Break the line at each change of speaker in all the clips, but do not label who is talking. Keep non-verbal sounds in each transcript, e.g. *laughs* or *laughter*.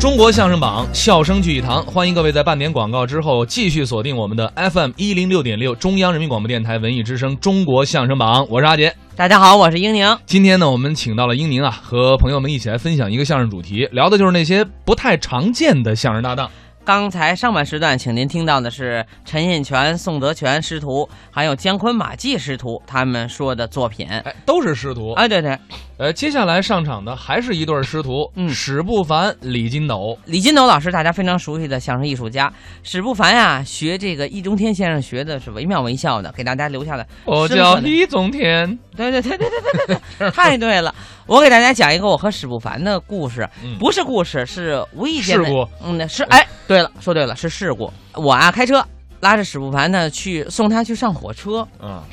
中国相声榜，笑声聚一堂，欢迎各位在半点广告之后继续锁定我们的 FM 一零六点六，中央人民广播电台文艺之声《中国相声榜》，我是阿杰。
大家好，我是英宁。
今天呢，我们请到了英宁啊，和朋友们一起来分享一个相声主题，聊的就是那些不太常见的相声搭档。
刚才上半时段，请您听到的是陈印泉、宋德全师徒，还有姜昆、马季师徒他们说的作品。
哎，都是师徒。
哎，对对，
呃，接下来上场的还是一对师徒，
嗯
史不凡、李金斗。
李金斗老师大家非常熟悉的相声艺术家，史不凡呀、学这个易中天先生学的是惟妙惟肖的，给大家留下的
我
深刻
哦叫
的
易中天，
对对对对对对对，太对了！我给大家讲一个我和史不凡的故事，
嗯
不是故事，是无意间的
事故。
嗯，那是哎，对了，说对了，是事故。我啊开车拉着史不凡呢去送他去上火车，
啊，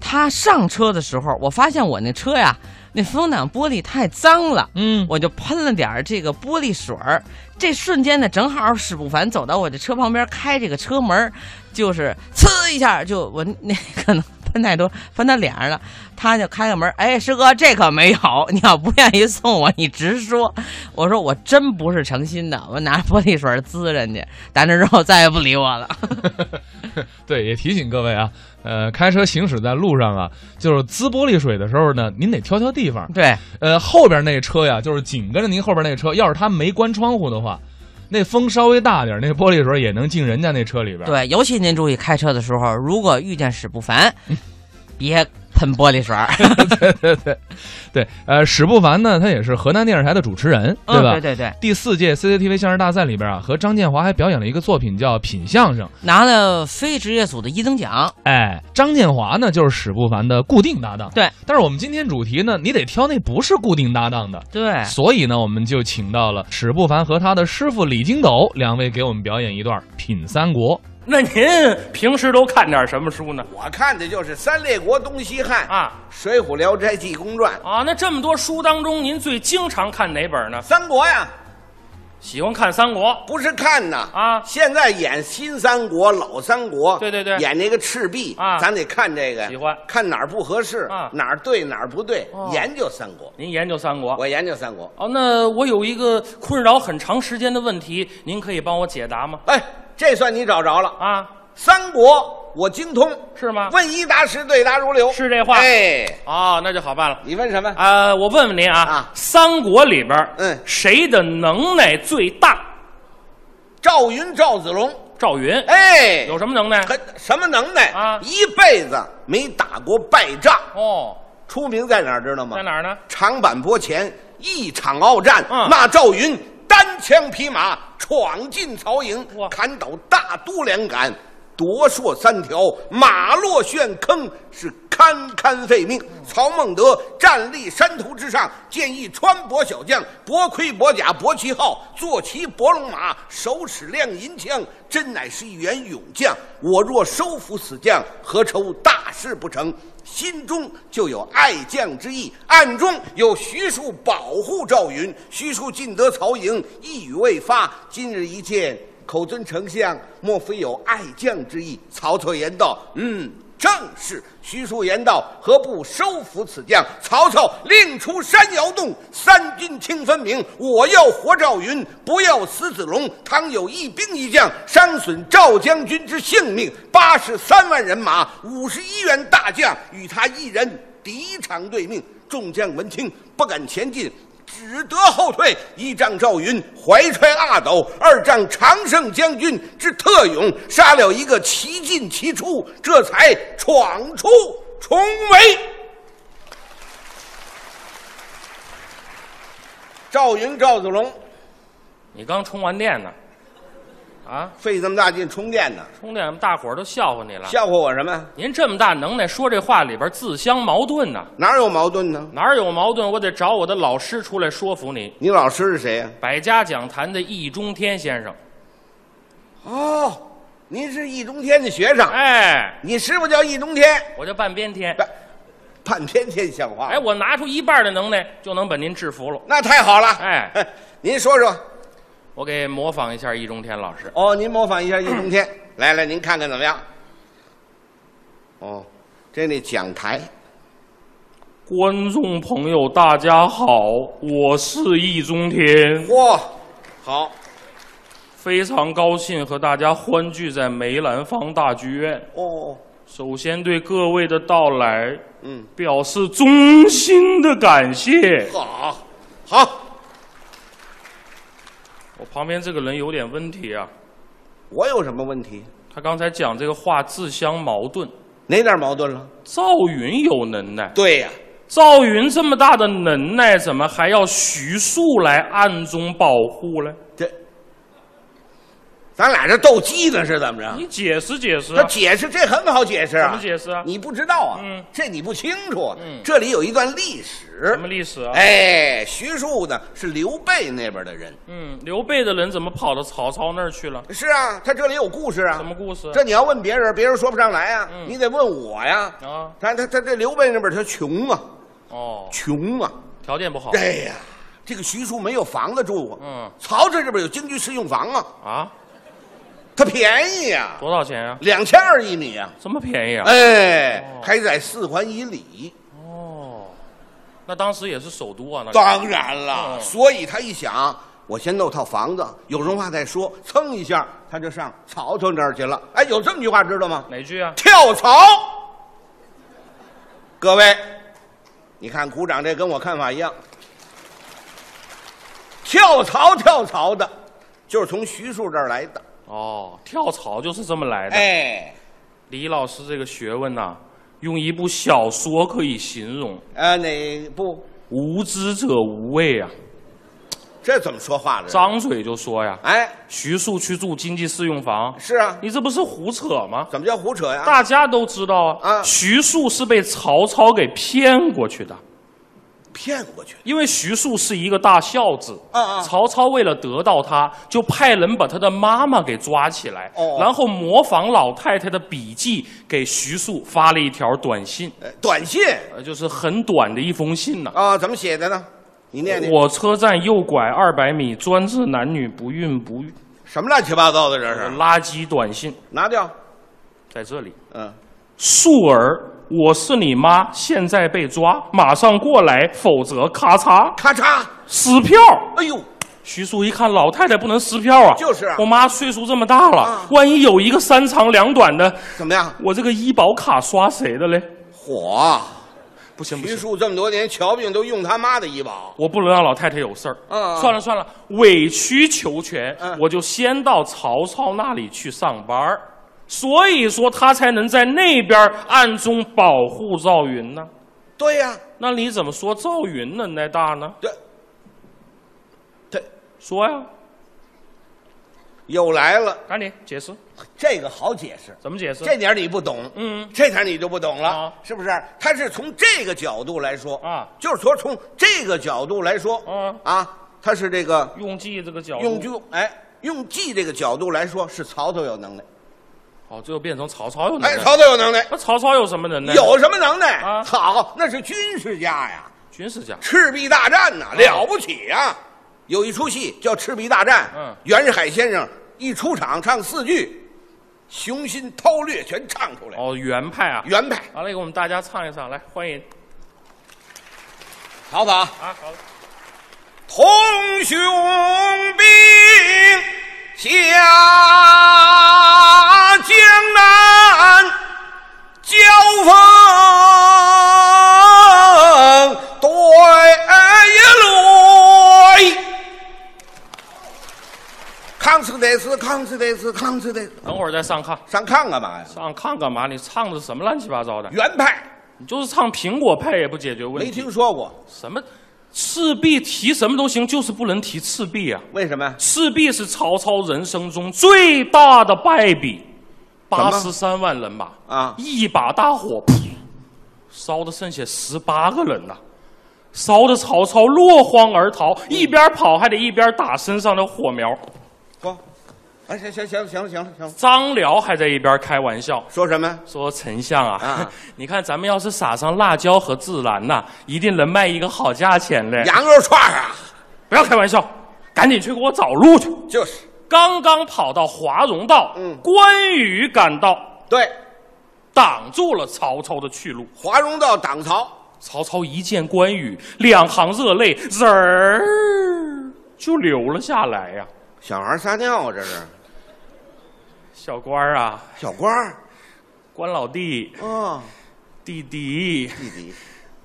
他上车的时候，我发现我那车呀那风挡玻璃太脏了。
嗯，
我就喷了点儿这个玻璃水儿，这瞬间呢，正好史不凡走到我这车旁边开这个车门儿，就是呲一下，就我那 *laughs* 可能喷太多，喷他脸上了，他就开个门儿，哎，师哥，这可没有，你要不愿意送我，你直说。我说我真不是诚心的，我拿玻璃水儿滋人家，打那之后再也不理我了。
对，也提醒各位啊，呃，开车行驶在路上啊，就是滋玻璃水的时候呢，您得挑挑地方。
对，
呃，后边那车呀，就是紧跟着您后边那车，要是他没关窗户的话，那风稍微大点儿，那玻璃水也能进人家那车里边。，
对，尤其您注意开车的时候，如果遇见史不凡，
嗯
别喷玻璃水儿，
*laughs* 对，呃，史不凡呢，他也是河南电视台的主持人， *laughs* 对
嗯
吧？
*laughs* 对对对。
第四届 CCTV 相声大赛里边啊，和张建华还表演了一个作品叫《品相声》。
拿了非职业组的一等奖。
哎，张建华呢就是史不凡的固定搭档。
对，
但是我们今天主题呢，你得挑那不是固定搭档的。
对
所以呢，我们就请到了史不凡和他的师傅李金斗两位给我们表演一段《品三国》。
那您平时都看点什么书呢？
我看的就是三列国东西汉
啊
水浒》《聊斋》《济公传》《
啊，那这么多书当中，您最经常看哪本呢？
三国》呀，
喜欢看三国
不是看呐
啊
现在演新三国、老三国，
对对对
演那个赤壁
啊
咱得看这个，
喜欢
看哪儿不合适
啊
哪儿对哪儿不对
哦，
研究三国，
您研究三国。
我研究三国。
哦，那我有一个困扰很长时间的问题，您可以帮我解答吗？
哎，这算你找着了，
啊，
三国我精通，
是吗？
问一答十，对答如流，
是这话
哎，
啊，那就好办了。
你问什么？
啊，我问问您啊，
啊
三国里边，
嗯
谁的能耐最大？
赵云、赵子龙，
赵云，
哎，
有什么能耐？
很什么能耐
啊
一辈子没打过败仗，
哦，
出名在哪儿知道吗？
在哪儿呢？
长坂坡前一场鏖战，
嗯
那赵云单枪匹马闯进曹营
哇，
砍倒大都两杆，夺槊三条，马落陷坑，是堪堪废命。曹孟德站立山头之上，建议穿薄小将，薄盔薄甲薄旗号，坐骑薄龙马，手使亮银枪，真乃是一员勇将。我若收服此将，何愁大事不成？心中就有爱将之意，暗中有徐庶保护赵云。徐庶进得曹营，一语未发，今日一见，口尊丞相，莫非有爱将之意？曹操言道：“嗯，正是。”徐庶言道：“何不收服此将？”曹操令出山摇动，三军听分明。我要活赵云，不要死子龙。倘有一兵一将伤损赵将军之性命，八十三万人马，五十一员大将，与他一人敌场对命。众将闻听，不敢前进。只得后退。一仗赵云怀揣阿斗，二仗常胜将军之特勇，杀了一个齐进齐出，这才闯出重围。赵云、赵子龙
你刚充完电呢，啊，
费这么大劲充电呢，
充电，大伙儿都笑话你了。
笑话我什么呀？
您这么大能耐，说这话里边自相矛盾呢、
哪有矛盾呢？
哪儿有矛盾，我得找我的老师出来说服你。
你老师是谁啊呀、
百家讲坛的易中天先生，
哦，您是易中天的学生，
哎，
你师傅叫易中天，
我就半边天，
半半天天像话。
哎，我拿出一半的能耐就能把您制服了。
那太好了。
哎，
您说说。
我给模仿一下易中天老师，
哦，您模仿一下易
*clears throat*
中天，来来，您看看怎么样？哦，这那讲台，
观众朋友大家好，我是易中天。
嚯、好，
非常高兴和大家欢聚在梅兰芳大剧院。
哦，
首先对各位的到来
嗯，
表示衷心的感谢。
好，啊好，
我旁边这个人有点问题啊，
我有什么问题？
他刚才讲这个话自相矛盾。
哪点矛盾了？
赵云有能耐，
对呀、
赵云这么大的能耐，怎么还要徐庶来暗中保护呢？
这，咱俩这斗鸡呢是怎么着？
你解释解释
那
啊、
解释这很好解释啊，
怎么解释啊
你不知道啊，
嗯
这你不清楚啊。
嗯
这里有一段历史
什么。历史啊？
哎，徐庶呢是刘备那边的人，
嗯，刘备的人怎么跑到曹操那儿去了？
是啊，他这里有故事啊。
什么故事？
这你要问别人，别人说不上来啊，
嗯
你得问我呀。
啊，
他他他这刘备那边他穷啊，
哦，
穷啊。
条件不好。
哎呀，这个徐庶没有房子住啊。
哦嗯
曹这这边有京居适用房啊，
啊，
它便宜呀、
多少钱啊？
两千二一米啊。
这么便宜啊？
哎
哦，
还在四环以里。
哦，那当时也是首都啊，那里
当然了，
嗯
所以他一想，我先弄套房子，有容话再说，蹭一下他就上曹操那儿去了。哎，有这么句话知道吗？
哪句啊？
跳槽。各位，你看鼓掌，这跟我看法一样。跳槽跳槽的，就是从徐庶这儿来的。
哦，跳槽就是这么来的。
哎，
李老师这个学问呐、用一部小说可以形容，
呃，哪不？
无知者无畏啊，
这怎么说话了？
张嘴就说呀，
哎，
徐庶去住经济适用房，
是啊，
你这不是胡扯吗？
怎么叫胡扯呀？
大家都知道
啊
啊，徐庶是被曹操给骗过去的，
骗过去。
因为徐庶是一个大孝子。
啊啊
曹操为了得到他，就派人把他的妈妈给抓起来，
哦
然后模仿老太太的笔迹，给徐庶发了一条短信，
呃短信
呃，就是很短的一封信呐。
啊，怎么写的呢？你念念。
我车站右拐二百米，专治男女不孕不育。
什么乱七八糟的这是？啊
垃圾短信
拿掉。
在这里。
嗯，
庶儿，我是你妈，现在被抓，马上过来，否则咔嚓
咔嚓。
撕票。
哎呦，
徐庶一看，老太太不能撕票啊，
就是啊
我妈岁数这么大了，
啊
万一有一个三长两短的，
怎么样？
我这个医保卡刷谁的嘞？
火。
不行不
徐
行，
庶这么多年瞧病都用他妈的医保，
我不能让老太太有事儿。
嗯嗯
算了算了，委曲求全，
嗯
我就先到曹操那里去上班儿所以说他才能在那边暗中保护赵云呢。
对呀、
那你怎么说赵云能耐大呢？
对，对，
说呀，
又来了，
赶紧解释，
这个好解释，
怎么解释？
这点你不懂，
嗯
这点你就不懂了，
啊
是不是？他是从这个角度来说
啊
就是说从这个角度来说，
嗯
啊，他是这个
用计这个角度，
用就哎用计这个角度来说是曹操有能耐，
哦，最后变成曹操有能
哎，
耐。
曹操有能耐，
那曹操有什么能耐？
有什么能耐？
嗯啊
好，那是军事家呀。
军事家。
赤壁大战
哦
呐、了不起呀、有一出戏叫《赤壁大战》，
嗯
袁世凯先生一出场唱四句，雄心韬略全唱出来，
哦，原派啊。
原派。
好了，给我们大家唱一唱，来欢迎
好不好？
啊！好了，
同雄兵下江南，交锋对垒。康斯戴斯，康斯戴斯，康斯戴斯，
等会儿再上炕，
上炕干嘛呀？
上炕干嘛？你唱的是什么乱七八糟的？
原派
你就是唱苹果派也不解决问
没
题。
听说过，
什么赤壁提什么都行，就是不能提赤壁啊！
为什么呀？
赤壁是曹操人生中最大的败笔，
么
八十三万人马
啊
一把大火，噗烧的剩下十八个人呐、烧的曹操落荒而逃，一边跑还得一边打身上的火苗。
说，哎，行行行行了行了行了，
张辽还在一边开玩笑
说什么呀？
说：“丞相啊，
啊
*laughs* 你看咱们要是撒上辣椒和孜然呐、一定能卖一个好价钱嘞！
羊肉串儿啊，
不要开玩笑，赶紧去给我找路去。”
就是
刚刚跑到华容道，
嗯
关羽赶到，
对。
挡住了曹操的去路。
华容道挡曹，
曹操一见关羽，两行热泪，滋儿就流了下来呀、
小孩撒尿啊这是
小官儿啊，
小官儿
官老弟，
啊，
弟弟
弟弟，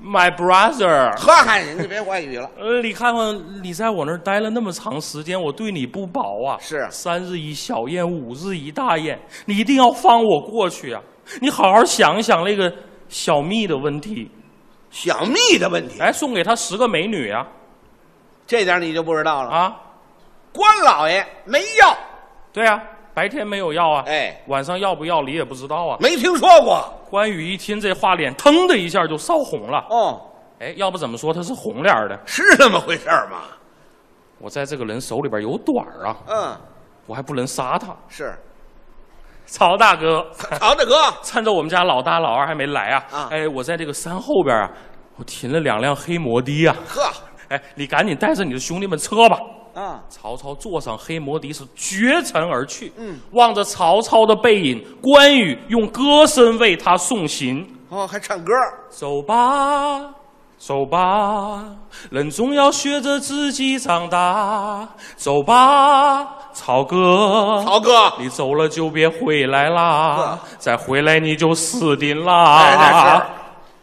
，my brother，
呵，嗨，你别管语了，
呃，你看看你在我那儿待了那么长时间，我对你不薄啊。
是
三日一小宴，五日一大宴，你一定要放我过去啊！你好好想一想那个小蜜的问题，
小蜜的问题，
哎，送给她十个美女啊
这点你就不知道了。
啊！
关老爷没要，
对啊，白天没有要啊，
哎，
晚上要不要你也不知道啊。
没听说过。
关羽一听这话，脸腾的一下就烧红了。
哦，
哎，要不怎么说他是红脸儿的？
*laughs* 是那么回事儿吗？
我在这个人手里边有短儿啊，
嗯，
我还不能杀他。
是
曹大哥，
曹大哥，
趁着我们家老大老二还没来啊，
啊
哎，我在这个山后边啊，我停了两辆黑摩的啊，
呵，
哎，你赶紧带着你的兄弟们撤吧。
啊，
曹操坐上黑摩的是绝尘而去，嗯，望着曹操的背影，关羽用歌声为他送行。
哦，还唱歌，
走吧，走吧，人总要学着自己长大。走吧，曹哥，
曹哥，
你走了就别回来啦，再回来你就死定
啊哎那
啦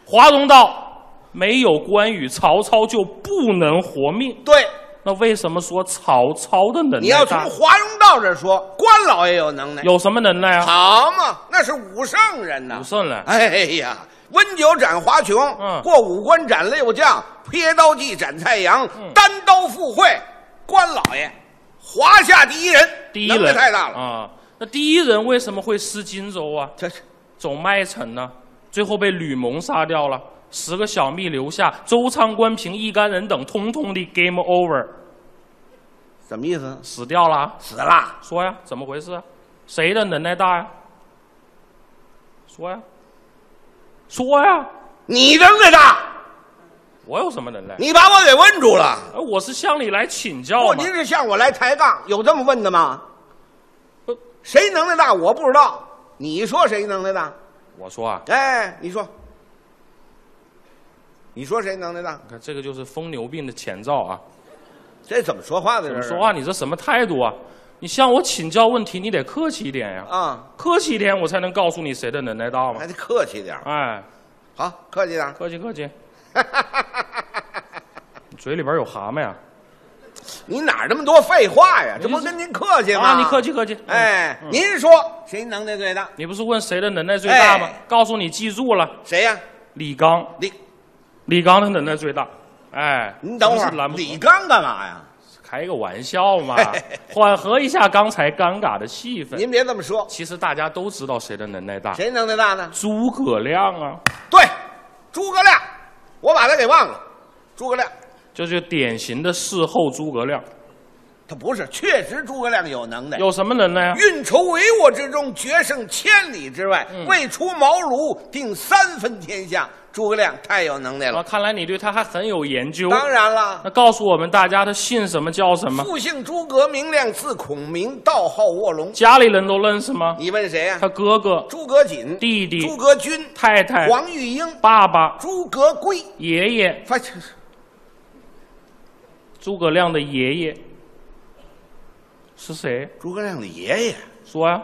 是。
华容道，没有关羽，曹操就不能活命。
对，
那为什么说曹操的能
你要
耐
从
大？
华容道这说，关老爷有能耐，
有什么能耐啊？
好嘛，那是武圣人呐
武。圣 *laughs* 人，
哎呀，温酒斩华雄，
嗯
过五关斩六将，撇刀计斩蔡阳，
嗯
单刀赴会，关老爷，华夏第一人，
第一
能
人
耐太大了。
啊、那第一人为什么会失荆州啊？
这是
走麦城呢，最后被吕蒙杀掉了，十个小蜜留下，周仓、关平一干人等通通的 game over
什么意思？
死掉了啊。
死了？
说呀，怎么回事啊？谁的能耐大呀？说呀，说呀，
你能耐大，
我有什么能耐？
你把我给问住了。
哎我是向你来请教
不，
嘛
您。是向我来抬杠，有这么问的吗
不？
谁能耐大？我不知道。你说谁能耐大？
我说啊，
哎，你说，你说谁能耐大？
你看这个就是疯牛病的前兆啊！
这怎么说话
怎
的？这
么
是
说话？你这什么态度啊？你向我请教问题，你得客气一点呀、
啊？
客气一点，我才能告诉你谁的能耐大嘛
还。得客气点儿
哎，
好，客气点儿 *laughs*
客气客气。你嘴里边有蛤蟆呀？
你哪儿那么多废话呀？这不
您
跟您客气吗？
啊，你客。气客气。嗯，
哎，您说谁能耐最大？
你不是问谁的能耐最大吗
哎？
告诉你，记住了，
谁呀？
李刚，
李，
李刚的能耐最大。哎，
您等会
是拦
儿，
不
李刚干嘛呀？
开个玩笑嘛
嘿嘿嘿，
缓和一下刚才尴尬的气氛。
您别这么说，
其实大家都知道谁的能耐大，
谁能耐大呢？
诸葛亮啊，
对，诸葛亮，我把他给忘了。诸葛亮，
这就是典型的事后诸葛亮，
他不是，确实诸葛亮有能耐。
有什么能耐啊？
运筹帷幄之中，决胜千里之外，
嗯
未出茅庐，定三分天下。诸葛亮太有能耐
啊，
了。
看来你对他还很有研究。
当然了，
那告诉我们大家他姓什么叫什么？
复姓诸葛，明亮，字孔明，道号卧龙。
家里人都认识吗？
你问谁呀、啊
他哥哥、
诸葛瑾、
弟弟
诸葛均、
太太、
黄玉英、
爸爸、
诸葛珪。
爷爷，
发现
诸葛亮的爷爷是谁？
诸葛亮的爷爷，
说啊呀、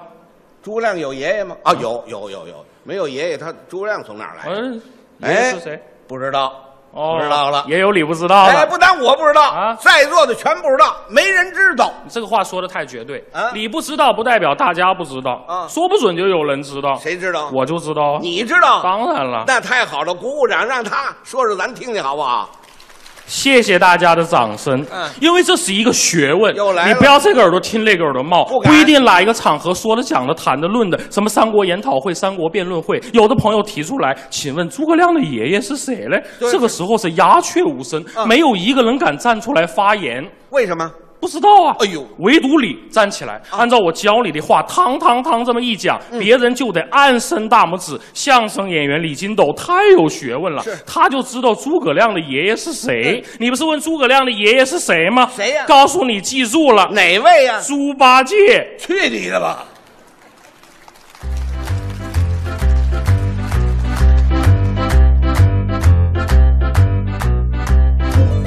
诸葛亮有爷爷吗？啊，有有有有，没有爷爷，他诸葛亮从哪
*laughs*
儿来？
嗯，爷爷
哎
是谁？
不知道。
哦，
不知道了
也有你不知道的。
哎，不但我不知道，
啊
在座的全不知道，没人知道。
你这个话说的太绝对。
啊
你不知道不代表大家不知道，
啊
说不准就有人知道。
谁知道？
我就知道啊。
你知道？
当然了，
那太好了，鼓鼓掌，让他说说咱听听好不好？
谢谢大家的掌声，
嗯
因为这是一个学问
又来，了
你不要这个耳朵听那个耳朵冒，
不
不
敢
一定哪一个场合说的、讲的、谈的、论的，什么三国研讨会、三国辩论会，有的朋友提出来，请问诸葛亮的爷爷是谁嘞？
对
这个时候是鸦雀无声，
嗯
没有一个人敢站出来发言。
为什么？
不知道啊，
哎呦啊
唯独你站起来，按照我教你的话，汤汤汤这么一讲，
嗯
别人就得暗伸大拇指。相声演员李金斗太有学问了
是，嗯
他就知道诸葛亮的爷爷是谁。你不是问诸葛亮的爷爷是谁吗？
谁呀
告诉你，记住了，
哪位呀、
猪八戒。
啊去你的吧！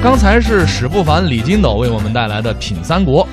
刚才是史不凡、李金斗为我们带来的《品三国》，